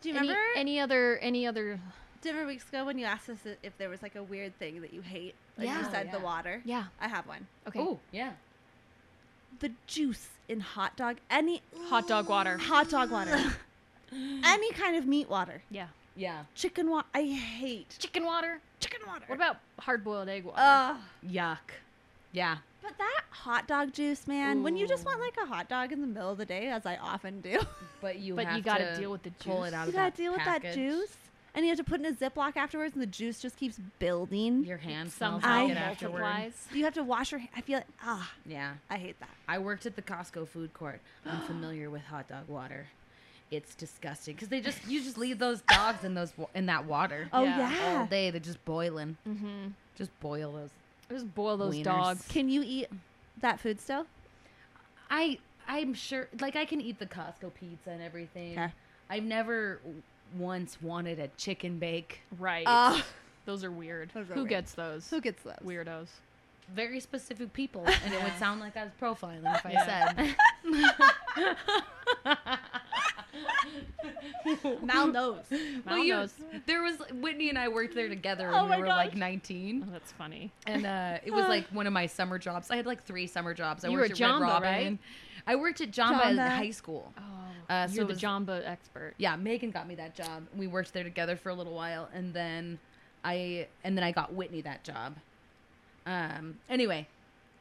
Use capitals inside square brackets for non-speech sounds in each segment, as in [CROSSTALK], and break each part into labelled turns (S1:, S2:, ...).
S1: Do you
S2: Any,
S1: remember
S2: any other any other
S1: different weeks ago when you asked us i- if there was like a weird thing that you hate? Like you
S2: Yeah.
S1: said the
S3: Yeah.
S1: water.
S2: yeah
S1: I have one.
S2: okay
S3: Oh, yeah.
S1: The juice in hot dog any
S2: hot dog water
S1: [LAUGHS] hot dog water.
S2: [LAUGHS]
S1: any kind of meat water.
S2: yeah
S3: Yeah.
S1: Chicken water. I hate
S2: chicken water
S1: chicken water.
S2: what about hard boiled egg water
S1: Ugh.
S3: Yuck. Yeah.
S1: But that hot dog juice, man, when you just want
S2: Ooh.
S1: like a hot dog in the middle of the day, as I
S2: [LAUGHS]
S1: often do, [LAUGHS]
S3: But you
S2: But you
S3: have
S2: gotta
S3: to
S2: deal with the
S3: Pull
S2: juice.
S3: it out
S1: you
S3: of
S1: gotta
S3: that
S1: deal with that
S3: package.
S1: juice, and you have to put it in a Ziploc afterwards, and the juice just keeps building.
S3: Your hand smells
S2: somehow
S3: like
S1: I-
S3: it afterward.
S2: multiplies
S1: you have to wash your. hand- I feel like ah,
S3: Yeah.
S1: I hate that.
S3: I worked at the Costco food court. [GASPS] I'm familiar with hot dog water. It's disgusting because they just you just leave those dogs in those wa- in that water
S1: Oh
S2: Yeah.
S1: yeah.
S3: all day. They're just boiling.
S2: mm-hmm
S3: Just boil those.
S2: just boil those
S3: Wieners.
S2: dogs
S1: Can you eat that food still?
S3: I I'm sure like I can eat the Costco pizza and everything.
S1: Okay.
S3: I've never w- once wanted a chicken bake.
S2: [LAUGHS] right
S1: Ah,
S2: those are weird
S1: Those are
S2: who
S1: weird.
S2: gets those
S1: who gets
S2: [LAUGHS]
S1: those?
S2: weirdos
S3: Very specific [LAUGHS] people, and it would
S2: Yeah.
S3: sound like I was profiling if I [LAUGHS] said.
S1: Mal knows.
S3: Well,
S2: Mal
S3: you-
S2: knows.
S3: There was Whitney and I worked there together when
S1: Oh
S3: we
S1: my
S3: were
S1: gosh.
S3: like 19,
S2: Oh, that's funny
S3: and uh, it was like one of my summer jobs. I had like three summer jobs. I
S2: You were at
S3: worked at
S2: Jamba,
S3: Red Robin.
S2: right?
S3: I worked at Jamba, in
S1: Jamba.
S3: high school.
S2: oh
S3: Uh, so
S2: you're the
S3: does-
S2: jamba expert
S3: Yeah, Megan got me that job. We worked there together for a little while, and then I and then I got Whitney that job. Um. Anyway,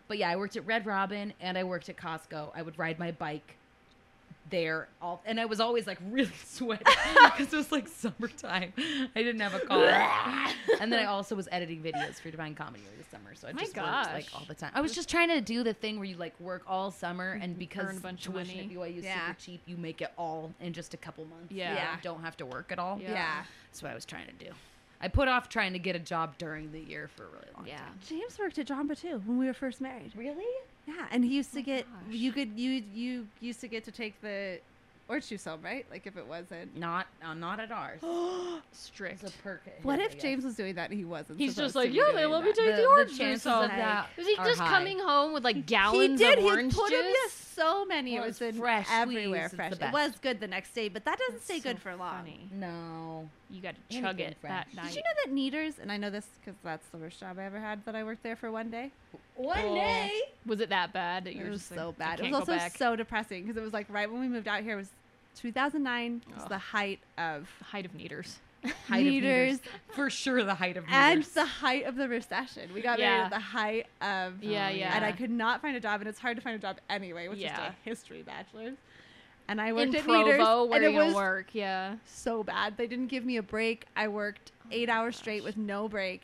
S3: but yeah, I worked at Red Robin and I worked at Costco. I would ride my bike there all and i was always like really [LAUGHS] sweaty because it was like summertime i didn't have a car and then i also was editing videos for divine comedy over the summer so i
S2: My
S3: just
S2: gosh.
S3: worked like all the time i was just trying to do the thing where you like work all summer and because
S2: Mm-hmm. Earn a bunch of
S3: tuition
S2: money.
S3: at byu is
S1: Yeah.
S3: super cheap you make it all in just a couple months
S2: Yeah.
S3: yeah.
S1: Yeah.
S3: don't have to work at all.
S2: Yeah.
S1: Yeah.
S3: That's what I was trying to do. I put off trying to get a job during the year for a really long
S2: yeah
S3: time.
S1: James worked at Jamba too when we were first married.
S3: Really?
S1: Yeah, and he used to get
S2: Oh gosh.
S1: you could you you used to get to take the or choose home right like if it wasn't.
S3: Not uh, not at ours. [GASPS]
S2: strict
S3: It's a perk. at
S1: What
S3: his, I
S1: if
S3: guess.
S1: James was doing that and he wasn't?
S2: He's just
S1: supposed to
S2: like,
S1: be
S2: yeah, they
S1: doing
S2: let me
S1: that?
S2: take the,
S3: the,
S2: orange
S3: the
S2: juice
S3: chances
S2: off.
S3: of that
S2: Was he
S3: are
S2: just
S3: high.
S2: coming home with like
S1: He
S2: gallons
S1: did.
S2: of
S1: He
S2: orange
S1: put him yeah,
S2: juice?
S1: so many.
S3: Well,
S1: it
S3: it's
S1: was in
S3: fresh
S1: everywhere.
S3: squeezed, it's
S1: fresh.
S3: the
S1: It
S3: best.
S1: was good the next day, but that doesn't
S2: That's
S1: stay
S2: so
S1: good for long.
S2: funny.
S3: No.
S2: You got to chug
S3: Anything
S2: it that
S3: fresh.
S2: night.
S1: Did you know that Neaters, and I know this because that's the worst job I ever had, that I worked there for one day.
S3: One
S2: Oh.
S3: day.
S2: Was it that bad that you
S1: it
S2: were
S1: was
S2: just
S1: so
S2: like, I
S1: bad. It
S2: can't
S1: was
S2: go
S1: also
S2: back?
S1: so depressing because it was like right when we moved out here it was 2009. It was
S2: Ugh.
S1: the height of
S2: height of meters.
S3: Height of
S1: Meters.
S3: For sure, the height of
S1: and
S3: meters.
S1: the height of the recession. We got married
S2: Yeah.
S1: at the height of
S2: Yeah, Oh, yeah.
S1: and I could not find a job, and it's hard to find a job anyway with just
S2: Yeah.
S1: a history bachelor's. And I worked
S2: In
S1: at
S2: Provo,
S1: Neaters,
S2: where
S1: and
S2: you
S1: it
S2: gonna
S1: was
S2: work? Yeah.
S1: so bad. They didn't give me a break. I worked
S2: Oh
S1: eight hours straight with no break.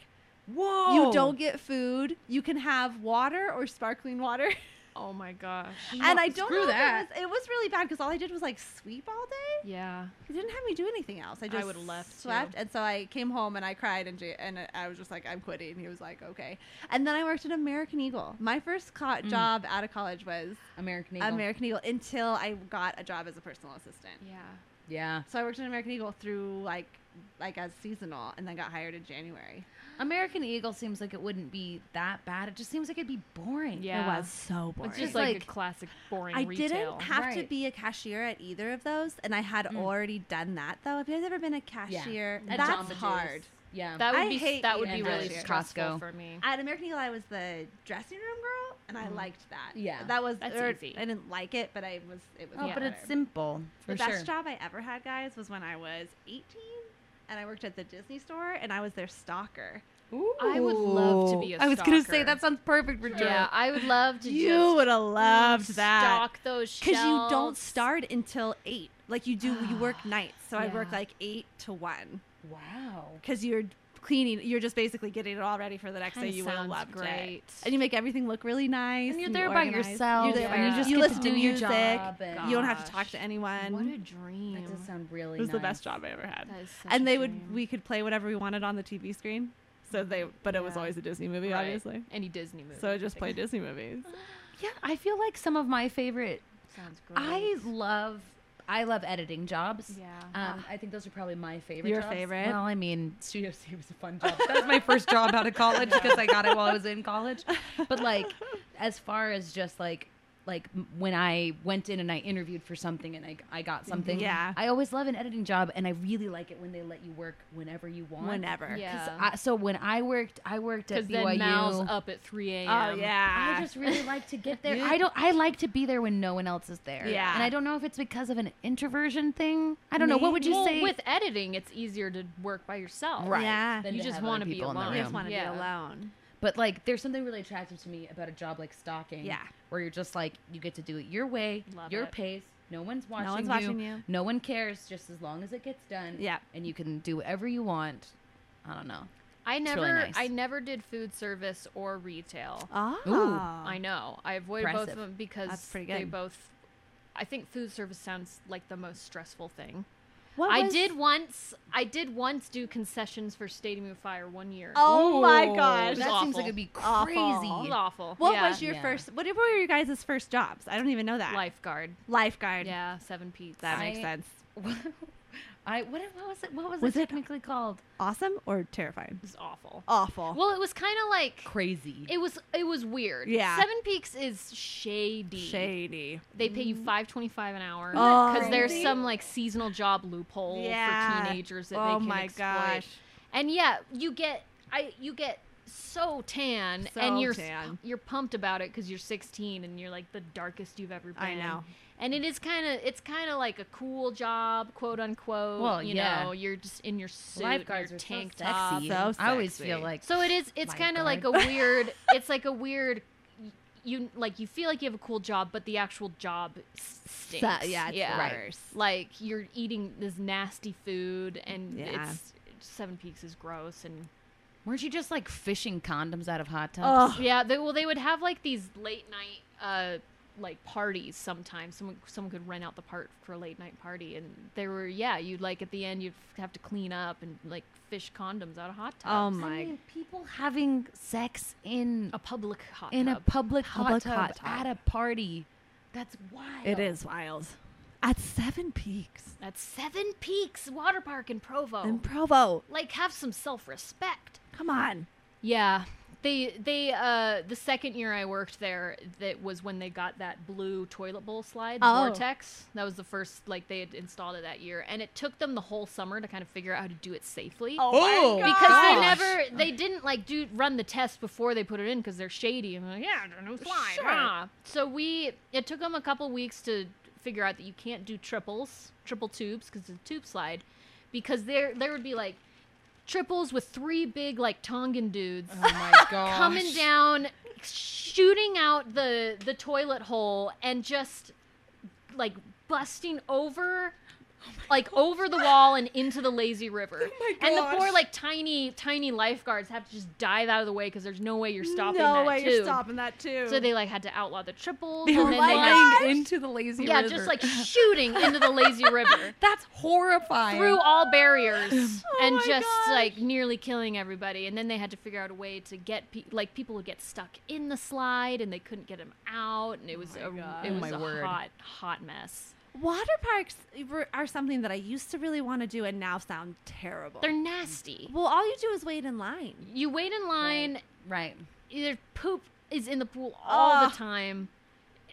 S3: Whoa.
S1: You don't get food. You can have water or sparkling water.
S2: Oh my gosh.
S1: and I don't
S3: screw
S1: know if
S3: that.
S1: It, was, it was really bad because all I did was like sweep all day.
S2: Yeah.
S1: They didn't have me do anything else. I just
S2: would've left, too.
S1: swept, and so I came home and I cried and J- and I was just like, I'm quitting. He was like, okay. And then I worked at American Eagle. My first co-
S2: Mm.
S1: job out of college was
S3: American Eagle.
S1: American Eagle until I got a job as a personal assistant.
S2: Yeah.
S3: yeah.
S1: So I worked at American Eagle through like like as seasonal, and then got hired in January.
S3: American Eagle seems like it wouldn't be that bad. It just seems like it'd be boring.
S2: Yeah.
S1: It was so boring.
S2: It's just
S3: It's
S2: like,
S3: like,
S2: a classic boring
S1: I
S2: retail.
S1: didn't have to
S3: Right.
S1: be a cashier at either of those, and I had already done that though. Have you guys ever been a cashier?
S3: Mm. At
S1: That's
S3: Jamba Juice.
S1: hard.
S3: Yeah.
S2: that would
S1: I
S2: be
S1: hate
S2: that would
S1: eating
S2: be
S1: at
S2: really
S1: Costco.
S2: stressful for me.
S1: At American Eagle, I was the dressing room girl, and
S3: Mm-hmm.
S1: I liked that.
S3: Yeah.
S1: that was
S2: That's
S1: or-
S2: easy.
S1: I didn't like it, but I was. It was.
S3: oh,
S2: Yeah.
S3: but
S1: better.
S3: it's simple. For
S1: the
S3: sure.
S1: best job I ever had, guys, was when I was 18, and I worked at the Disney store, and I was their stalker.
S2: I would love to be a
S3: I was gonna say
S2: stalker.
S3: that sounds perfect for Drew.
S2: Yeah, I would
S3: Oh,
S2: love to
S1: You
S2: just
S1: would have
S3: Mm,
S1: loved that.
S2: stock those shelves.
S1: because you don't start until eight. Like you do, you
S3: [SIGHS]
S1: work nights. So I work
S2: Yeah.
S1: like eight to one
S3: Wow.
S1: because you're cleaning. You're just basically getting it all ready for the next
S2: Kinda
S1: day. You will
S2: sounds
S1: love
S2: great.
S1: great, and you make everything look really nice.
S3: And you're there by
S1: organized.
S3: yourself,
S1: You're there by
S2: and you
S1: yourself.
S2: just
S1: you
S2: get to
S1: listen
S2: do your
S1: music.
S3: job and-
S1: You don't have to talk
S2: Gosh.
S1: to anyone.
S2: What a
S3: That
S2: dream.
S3: does sound really.
S1: it was the
S3: nice.
S1: best job I ever had.
S2: That is such a
S1: And they
S2: dream.
S1: would we could play whatever we wanted on the TV screen. So they, but it was
S2: Yeah.
S1: always a Disney movie,
S2: Right.
S1: obviously.
S2: any Disney movie.
S1: So I just
S2: basically.
S1: played Disney movies.
S3: Yeah, I feel like some of my favorite.
S2: Sounds great.
S3: I
S1: Mm.
S3: love. I love editing jobs.
S2: Yeah.
S3: Um, I think those are probably my favorite.
S1: Ah. Your
S3: jobs.
S1: favorite?
S3: Well, I mean, Studio C was a fun job. That was
S1: [LAUGHS]
S3: my first job out of college because I got it while I was in college. But like, as far as just like, like m- when I went in and I interviewed for something and I, I got something.
S1: Mm-hmm. Yeah.
S3: I always love an editing job, and I really like it when they let you work whenever you want.
S1: Whenever.
S2: Yeah.
S3: 'Cause I- so when I worked, I worked
S2: Because
S3: at BYU.
S2: then Mal's up at 3 a.m.
S1: Oh yeah.
S3: I just really like to [LAUGHS] get there.
S1: You-
S3: I don't. I like to be there when no one else is there.
S1: Yeah.
S3: and I don't know if it's because of an introversion thing. I don't know. What would you
S2: Well,
S3: say?
S2: with editing, it's easier to work by yourself.
S1: Right. Yeah.
S3: than
S2: You
S3: to
S2: just
S3: have other
S2: wanna be
S3: people in the
S2: alone.
S1: you just
S3: room.
S1: want to
S2: Yeah.
S1: be alone.
S3: But like, there's something really attractive to me about a job like stalking.
S1: Yeah.
S3: where you're just like, you get to do it your way,
S2: Love
S3: your
S2: it.
S3: pace. No one's watching.
S1: No one's
S3: you.
S1: watching you.
S3: No one cares. Just as long as it gets done.
S1: Yeah.
S3: and you can do whatever you want. I don't know.
S2: I
S3: It's
S2: never,
S3: really nice.
S2: I never did food service or retail.
S1: Oh.
S2: I know. I avoided both
S3: Impressive.
S2: of them because
S1: That's pretty
S2: they
S1: good.
S2: both. I think food service sounds like the most stressful thing.
S1: What
S2: I
S1: was-
S2: did once. I did once do concessions for Stadium of Fire one year.
S1: Oh my
S3: Ooh,
S1: gosh.
S3: that
S2: Awful.
S3: seems like it'd be crazy.
S1: Awful.
S2: it was awful.
S1: What
S2: Yeah.
S1: was your
S3: Yeah.
S1: first? What were your guys' first jobs? I don't even know that.
S2: lifeguard?
S1: Lifeguard.
S2: Yeah, seven peats.
S1: That makes
S3: I-
S1: sense.
S3: [LAUGHS] I what, what was it? What was,
S1: Was
S3: it
S1: it-
S3: technically called?
S1: Awesome or terrifying?
S2: was awful.
S1: Awful.
S2: Well, it was kind of like
S3: Crazy.
S2: it was. It was weird.
S1: Yeah.
S2: Seven Peaks is shady.
S1: Shady.
S2: They pay you
S1: Mm-hmm.
S2: five twenty five an hour
S1: Oh.
S2: because there's
S1: Crazy.
S2: some like seasonal job loophole
S1: Yeah.
S2: for teenagers that
S1: oh
S2: they can
S1: my
S2: exploit.
S1: gosh.
S2: And yeah, you get I you get so tan
S1: So
S2: and you're
S1: tan.
S2: you're pumped about it cuz you're 16 and you're like the darkest you've ever been.
S1: I know.
S2: And it is kind of it's kind of like a cool job, quote unquote,
S3: Well,
S2: you
S3: yeah.
S2: know, you're just in your suit,
S3: Lifeguards
S2: your
S3: are
S2: tank
S3: so
S2: top.
S3: sexy.
S1: So
S3: I always
S1: sexy.
S3: feel like
S2: So it is. It's kind of like a
S3: Lifeguard.
S1: [LAUGHS]
S2: weird. it's like a weird. You like you feel like you have a cool job, but the actual job s- stinks.
S1: So- yeah, it's the
S3: Right.
S1: worst.
S2: Like you're eating this nasty food, and
S1: Yeah.
S2: it's Seven Peaks is gross, and
S3: weren't you just like fishing condoms out of hot tubs?
S1: Ugh.
S2: yeah. They, well, they would have like these late night, uh, like parties. Sometimes someone someone could rent out the part for a late night party, and there were yeah. You'd like at the end you'd have to clean up and like fish condoms out of hot tubs.
S1: Oh my.
S3: I mean, people having sex in
S2: a public hot
S3: in
S2: tub.
S3: a public,
S1: Public hot
S3: hot tub
S1: tub.
S3: at a party. That's wild.
S1: It is wild. At Seven Peaks
S2: That's Seven Peaks Water Park in Provo.
S1: in Provo.
S2: like, have some self-respect.
S1: Come on.
S2: Yeah, they they uh the second year I worked there, that was when they got that blue toilet bowl slide the
S1: Oh.
S2: vortex. That was the first like they had installed it that year, and it took them the whole summer to kind of figure out how to do it safely.
S3: Oh,
S1: my
S2: Because they
S3: Gosh.
S2: never, they didn't like do run the test before they put it in because they're shady and like yeah, no slide.
S1: Sure.
S2: huh?" So we, it took them a couple weeks to figure out that you can't do triples, triple tubes because it's a tube slide, because there there would be like triples with three big like Tongan dudes [LAUGHS]
S3: Oh my god.
S2: coming down, shooting out the the toilet hole and just like busting over.
S1: Oh
S2: Like over the wall and into the lazy
S1: [LAUGHS]
S2: river, and the poor
S1: gosh.
S2: like tiny tiny lifeguards have to just dive out of the way because there's no way you're stopping
S1: no
S2: that
S1: way
S2: too.
S1: you're stopping that too.
S2: So they like had to outlaw the triples.
S3: They
S2: and
S3: were
S2: then
S1: my
S2: they had-
S1: gosh.
S2: [LAUGHS]
S3: lying into the lazy
S2: yeah,
S3: river.
S2: just like shooting into the
S3: [LAUGHS]
S2: lazy river
S3: that's horrifying.
S2: through all barriers
S1: Oh
S2: and
S1: my
S2: just
S1: gosh.
S2: like nearly killing everybody. And then they had to figure out a way to get pe- like people would get stuck in the slide and they couldn't get them out. And it was
S1: my Oh
S2: a
S1: God.
S2: it
S1: Oh
S2: was
S3: my
S2: a
S3: word.
S2: hot hot mess.
S1: Water parks were, are something that I used to really want to do and now sound terrible.
S2: They're nasty.
S1: well, all you do is wait in line.
S2: You wait in line.
S3: right.
S2: Either poop is in the pool all
S1: Ugh.
S2: the time.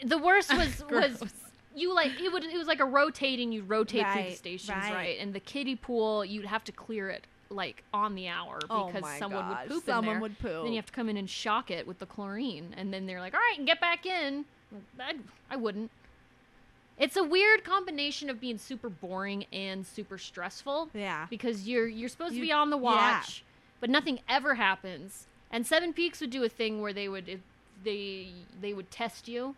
S2: The worst
S1: [LAUGHS]
S2: was was
S3: Gross.
S2: you like it would it was like a rotating you rotate through
S1: Right,
S2: the stations
S1: right.
S2: right. and the kiddie pool you'd have to clear it like on the hour
S1: Oh
S2: because
S1: my
S2: someone
S1: gosh,
S2: would poop in
S1: someone
S2: there.
S1: would
S2: Then
S1: poop.
S2: you have to come in and shock it with the chlorine and then they're like all right get back in I, I wouldn't it's a weird combination of being super boring and super stressful
S1: Yeah.
S2: because you're you're supposed
S1: You-
S2: to be on the
S1: yeah.
S2: watch, but nothing ever happens. And Seven Peaks would do a thing where they would if they they would test you,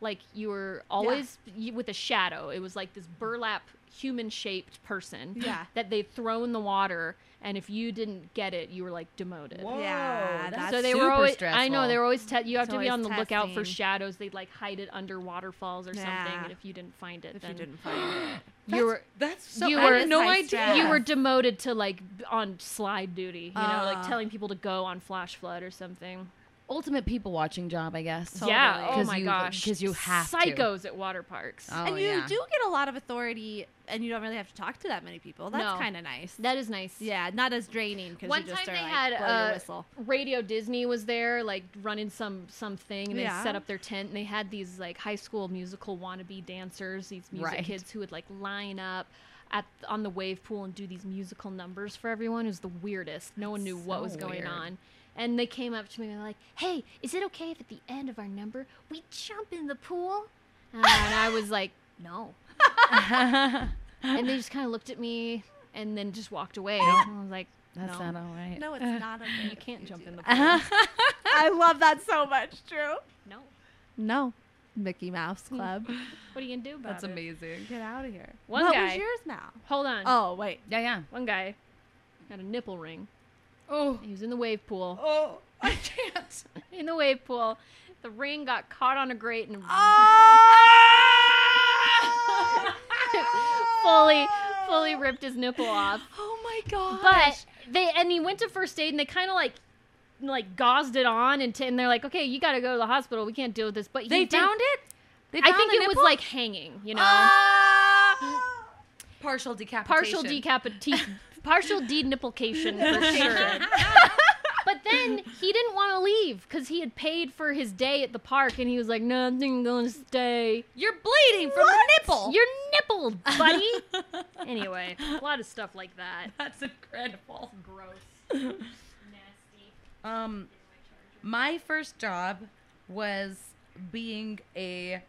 S2: like you were always you, with a shadow. It was like this burlap human shaped person
S1: Yeah.
S2: that they'd throw in the water, and if you didn't get it, you were like demoted.
S3: Whoa,
S1: Yeah, that's
S2: So they
S3: super
S2: were always. I
S3: stressful.
S2: know they were always. Te- you have
S1: It's
S2: to be on
S1: always
S2: the lookout for
S1: testing.
S2: shadows. They'd like hide it under waterfalls or something.
S1: Yeah.
S2: And if you didn't find it,
S1: If
S2: then
S1: you didn't find it.
S2: you were
S3: [GASPS] That's so.
S2: You
S3: I
S2: were-
S3: had no
S1: my
S3: idea.
S1: stress.
S2: you were demoted to like b- on slide duty, you know,
S1: Ah.
S2: like telling people to go on flash flood or something.
S3: ultimate people watching job, I guess.
S2: Yeah.
S1: Totally.
S2: Oh
S3: 'Cause
S2: my
S3: you-
S2: gosh.
S3: 'cause you have to. [LAUGHS]
S2: psychos at water parks.
S3: Oh,
S1: and you
S3: yeah.
S1: do get a lot of authority, and you don't really have to talk to that many people. That's
S2: No.
S1: kind of nice.
S2: That is nice.
S1: yeah, not as draining because
S2: One
S1: you just
S2: time
S1: are,
S2: they
S1: like,
S2: had,
S1: blow your
S2: uh,
S1: whistle.
S2: Radio Disney was there, like running some something, and they
S1: Yeah.
S2: set up their tent. And they had these like high school musical wannabe dancers, these music
S3: Right.
S2: kids who would like line up at on the wave pool and do these musical numbers for everyone. It was the weirdest. No one knew what
S3: So
S2: was going
S3: weird.
S2: on. And they came up to me and they're like, "Hey, is it okay if at the end of our number we jump in the pool?" Uh, and I was
S1: [LAUGHS]
S2: like, "No." and they just kind of looked at me and then just walked away. And I was like,
S3: That's
S2: no.
S3: not all right.
S1: No, it's
S2: [LAUGHS]
S1: not okay.
S2: Uh, You can't jump in the pool.
S3: Uh-huh.
S1: [LAUGHS] I love that so much, Drew.
S2: No.
S1: No, Mickey Mouse Club.
S2: What are you gonna do about
S3: That's
S2: it?
S3: amazing.
S1: [LAUGHS] get out of here.
S2: One
S1: what was
S2: guy-
S1: yours now?
S2: Hold on.
S1: Oh wait.
S3: Yeah, yeah.
S2: One guy had a nipple ring.
S3: Oh,
S2: He was in the wave pool.
S3: oh, I can't.
S1: [LAUGHS]
S2: In the wave pool, the ring got caught on a grate and
S1: Oh!
S2: [LAUGHS] [LAUGHS] fully, fully ripped his nipple off.
S3: Oh my god.
S2: But they and he went to first aid and they kind of like, like gauzed it on and, t- and they're like, okay, you got to go to the hospital. We can't deal with this. But he
S3: They
S2: did-
S3: found it. They
S2: I
S3: found
S2: think
S3: the
S2: it was
S3: nipple? Oh.
S2: like hanging. You know.
S3: Ah! partial decapitation.
S2: partial decapitation, partial deniplication for sure. but then he didn't want to leave because he had paid for his day at the park, and he was like, "No, I'm not gonna stay.
S3: You're bleeding from the nipple.
S2: You're nippled, buddy." anyway, a lot of stuff like that.
S3: That's incredible.
S2: Gross, nasty.
S3: Um, my first job was being a.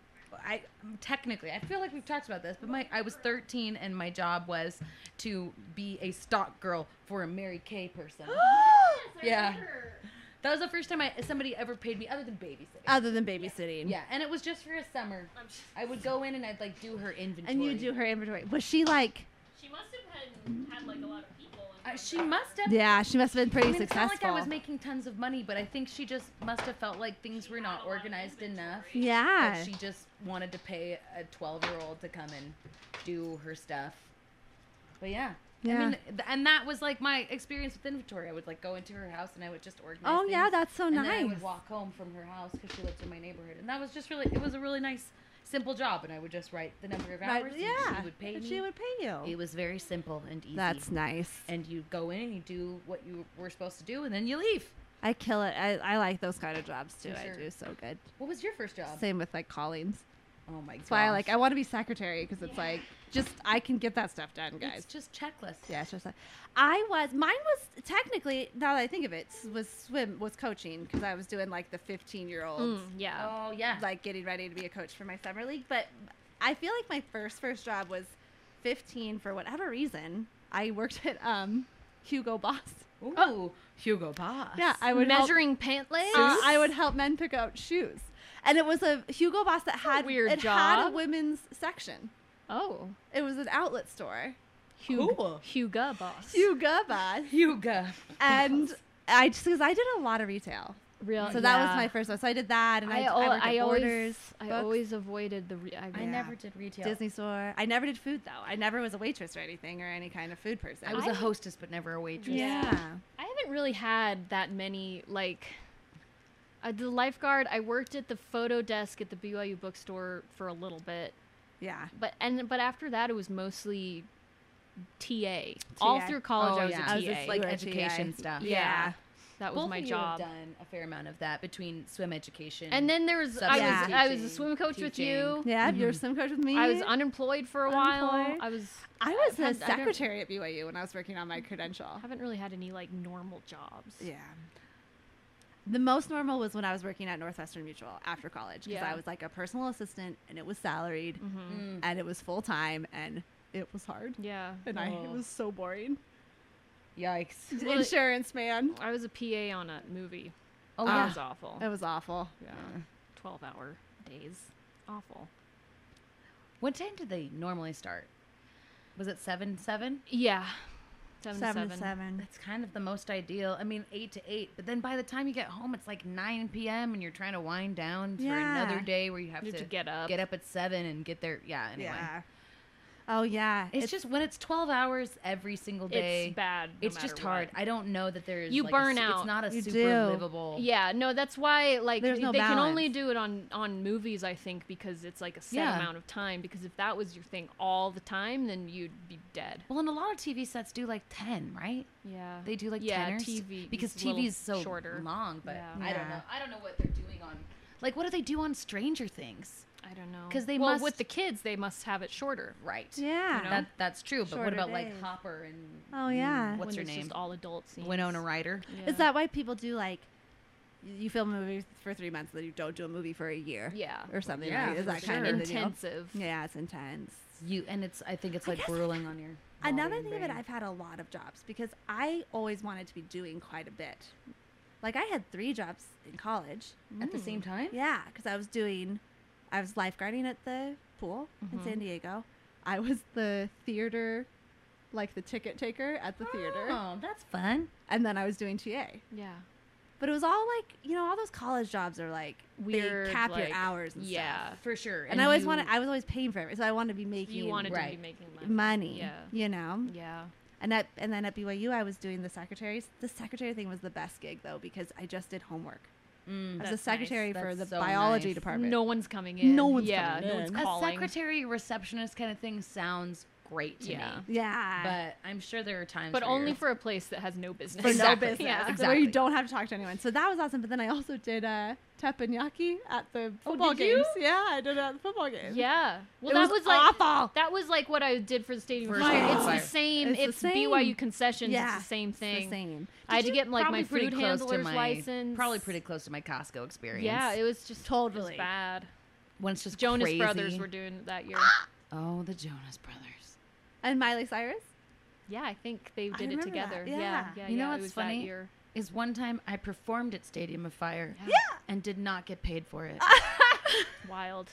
S3: I technically, I feel like we've talked about this, but my I was 13 and my job was to be a stock girl for a Mary
S1: [GASPS]
S3: Kay person. Yeah. That was the first time I somebody ever paid me other than babysitting.
S1: Other than babysitting.
S3: Yeah, and it was just for a summer.
S2: um,
S3: I would go in and I'd like do her inventory.
S1: And you do her inventory. Was she like?
S2: She must have had, had like a lot of people.
S3: Uh, she must have.
S1: Yeah, she must have been pretty
S3: I mean, it's not
S1: successful.
S3: like I was making tons of money, but I think she just must have felt like things were not organized enough.
S1: yeah.
S3: That she just wanted to pay a 12 year old to come and do her stuff. But yeah. I
S1: Yeah.
S3: mean, th- and that was like my experience with inventory. I would like go into her house and I would just organize.
S1: oh yeah,
S3: things,
S1: that's so
S3: and
S1: nice.
S3: Then I would walk home from her house because she lived in my neighborhood, and that was just really. It was a really nice, simple job, and I would just write the number of
S1: Right,
S3: hours. and
S1: yeah.
S3: She would pay
S1: and
S3: me.
S1: she would pay you.
S3: It was very simple and easy.
S1: that's nice.
S3: And you go in, you do what you were supposed to do, and then you leave.
S1: I kill it. I, I like those kind of jobs too.
S3: For sure. Um,
S1: I do so good.
S3: What was your first job?
S1: Same with like callings.
S3: Oh my god.
S1: That's why I like I want to be secretary because it's like just I can get that stuff done, guys.
S3: It's just checklist.
S1: Yeah, it's just like I was. Mine was technically now that I think of it s- was swim was coaching because I was doing like the fifteen year olds
S2: Mm, yeah.
S3: Oh yeah.
S1: like getting ready to be a coach for my summer league. But I feel like my first first job was fifteen for whatever reason. I worked at um Hugo Boss.
S3: Ooh, Hugo Boss.
S1: Yeah, I would help-
S2: measuring pant legs.
S1: uh, I would help men pick out shoes. And it was a Hugo Boss that had
S2: weird
S1: it had a
S2: job.
S1: women's section.
S2: Oh,
S1: It was an outlet store.
S2: Hugh,
S3: Cool.
S2: Hugo boss.
S1: Hugo Boss.
S3: Hugo.
S1: and I just because I did a lot of retail,
S2: Real.
S1: so that was
S2: Uh, yeah.
S1: my first one. So I did that, and I,
S2: I,
S1: I,
S2: al-
S1: worked at
S2: I always
S1: Borders,
S2: I
S1: Books,
S2: always avoided the re- I,
S3: I
S1: Yeah.
S3: never did retail.
S1: Disney store. I never did food though. I never was a waitress or anything or any kind of food person.
S3: I was
S2: I-
S3: a hostess, but never a waitress.
S2: Yeah. I haven't really had that many like uh, the lifeguard I worked at the photo desk at the BYU bookstore for a little bit
S1: yeah,
S2: but and but after that it was mostly TA, all
S1: TA.
S2: through college
S3: Oh,
S2: I was
S3: yeah.
S2: a TA
S3: I was just, like,
S1: You were a
S3: education stuff.
S1: Yeah.
S2: Yeah. that was
S3: Both
S2: my
S3: of you
S2: job
S3: have done a fair amount of that between swim education
S2: and then there was I was
S1: Substitute
S2: I was a
S3: teaching,
S2: swim coach with you
S1: yeah. You were swim coach with me.
S2: I was unemployed for a while
S1: Unemployed.
S2: I was
S1: I was a
S2: I've had- I don't-
S1: secretary at BYU when I was working on my credential.
S2: haven't really had any like normal jobs
S1: Yeah. The most normal was when I was working at Northwestern Mutual after college because
S2: Yeah.
S1: I was like a personal assistant and it was salaried
S2: Mhm.
S3: Mm.
S1: and it was full time and it was hard
S2: yeah
S1: and I it
S3: Oh.
S1: was so boring.
S3: yikes.
S2: Well, it-
S1: [LAUGHS] Insurance man.
S2: I was a PA on a movie
S3: Oh
S2: that
S1: yeah.
S2: was awful
S1: It was awful.
S2: Yeah. 12 hour days. Awful.
S3: What time do they normally start? Was it seven seven?
S2: Yeah. 7
S1: Seven,
S2: seven.
S1: to seven.
S3: That's kind of the most ideal. I mean, eight to eight, but then by the time you get home, it's like nine p.m. and you're trying to wind down for
S1: Yeah.
S3: another day where you have
S2: You
S3: to,
S2: have to get up.
S3: get up at seven and get there. Yeah. Anyway.
S1: Yeah. Oh yeah,
S3: It's, just when it's 12 hours every single day.
S2: It's bad. no
S3: it's
S2: matter
S3: just hard.
S2: what.
S3: I don't know that there's
S2: You
S3: like,
S2: burn
S3: a, su-
S2: out.
S3: It's not a
S1: You
S3: super
S1: do.
S3: livable.
S2: Yeah, no, that's why like
S1: There's no
S2: they can only
S1: balance.
S2: do it on on movies, I think, because it's like a set
S3: Yeah.
S2: amount of time. Because if that was your thing all the time, then you'd be dead.
S3: Well, and a lot of TV sets do like 10, right?
S2: Yeah,
S3: They do like
S2: yeah,
S3: 10
S2: TV
S3: because
S2: is a little
S3: TV is so
S2: shorter.
S3: long. But
S2: Yeah.
S3: I don't
S1: Yeah.
S3: know. I don't know what they're doing on. Like, what do they do on Stranger Things?
S2: I don't know
S3: 'Cause they
S2: well
S3: must-
S2: with the kids they must have it shorter.
S3: Right.
S1: yeah.
S2: know?
S3: That that's true. But what
S1: Shorter
S3: about like
S1: days.
S3: Hopper and
S1: Oh, yeah.
S3: mm, what's
S2: when
S3: her
S2: it's
S3: name?
S2: Just all adult scenes.
S3: Winona Ryder.
S2: Yeah.
S1: Is that why people do like y- you film a movie for three months and then you don't do a movie for a year?
S2: Yeah.
S1: Or something.
S3: Yeah,
S1: like, is
S3: for
S1: that kind
S3: sure.
S1: of the deal?
S2: intensive?
S1: Yeah, it's intense.
S3: You and it's I think it's
S1: I
S3: like
S1: guess I
S3: grueling on your.
S1: And now
S3: body
S1: that I
S3: and
S1: think of it,
S3: brain.
S1: I've had a lot of jobs because I always wanted to be doing quite a bit. Like I had three jobs in college.
S3: at the same time.
S1: Yeah, because I was doing, I was lifeguarding at the pool
S2: Mm-hmm.
S1: in San Diego. I was the theater, like the ticket taker at the theater,
S3: Oh, that's fun.
S1: and then I was doing TA.
S2: Yeah.
S1: But it was all like you know all those college jobs are like
S2: Weird,
S1: they cap
S2: like-
S1: your hours and
S2: yeah.
S1: stuff.
S3: Uh, For sure.
S1: And, I always
S3: you-
S1: wanted I was always paying for it, so I wanted to be making
S2: You wanted to
S3: Right.
S2: be making money.
S1: money.
S2: Yeah.
S1: You know,
S2: Yeah.
S1: and at and then at BYU I was doing the secretaries. The secretary thing was the best gig though because I just did homework.
S3: Mm.
S1: I was
S2: That's
S1: a secretary
S3: nice.
S1: for
S3: That's
S1: the
S3: so
S1: biology
S3: nice.
S1: department.
S2: No one's coming in.
S1: No one's
S2: yeah,
S1: coming
S2: no one's
S1: in.
S3: a
S2: calling.
S3: secretary receptionist kind of thing sounds great to
S2: Yeah.
S3: me.
S1: Yeah.
S3: But I'm sure there are times.
S2: but
S3: where
S2: only
S3: you're-
S2: for a place that has no business.
S1: for
S3: Exactly.
S1: no business.
S2: Yeah.
S1: Where you
S3: Exactly.
S1: don't have to talk to anyone. So that was awesome. But then I also did uh, teppanyaki at the football
S2: Oh, did you?
S1: games. Yeah, I did it at the football games.
S2: Yeah. Well,
S1: It
S2: that
S1: was
S2: was, like
S1: awful.
S2: that was like what I did for the stadium.
S3: For
S2: fire.
S1: Stadium
S2: It's
S3: Fire.
S2: the same.
S1: It's
S2: It's,
S1: the
S2: BYU concessions.
S1: Yeah,
S2: It's the same
S1: It's
S2: thing.
S1: the same.
S2: I had to
S3: Did
S2: get
S3: you-
S2: like my
S3: probably pretty
S2: food
S3: close to
S2: handler's
S3: my-
S2: license.
S3: Probably pretty close to my Costco experience.
S2: Yeah, it was just totally
S1: Totally.
S2: bad.
S3: when it's just
S2: Jonas
S3: crazy.
S2: Brothers were doing it that year.
S3: Oh, the Jonas Brothers.
S1: And Miley Cyrus.
S2: yeah, I think they
S1: I
S2: did it
S1: remember that,
S2: together.
S1: yeah.
S2: Yeah. yeah, yeah.
S3: You know
S2: it
S3: what's
S2: was
S3: funny?
S2: That year.
S3: Is one time I performed at Stadium of Fire and did not get paid for it.
S2: Ah. Wild.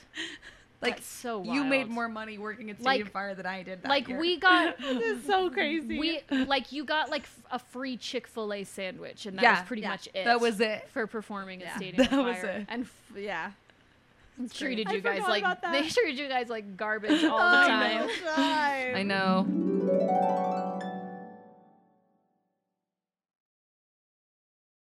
S3: like
S2: That's so
S3: you made
S2: wild.
S3: more money working at
S2: Like-
S3: Stadium of Fire than I did. That
S2: Like
S3: year. [LAUGHS]
S2: we got
S1: This is so crazy.
S2: we like you got like f- a free Chick Fil A sandwich, and that
S3: Yeah,
S2: was pretty
S1: yeah.
S2: much it.
S3: That was it.
S2: for performing
S1: Yeah.
S2: at Stadium
S3: [LAUGHS] That
S2: of
S3: was
S2: Fire.
S3: it.
S1: and f- yeah,
S2: And treated
S1: I
S2: you guys
S1: forgot
S2: like
S1: about that. [LAUGHS] Oh,
S2: they treated you guys like garbage all the
S1: I
S2: time.
S1: know.
S3: I know.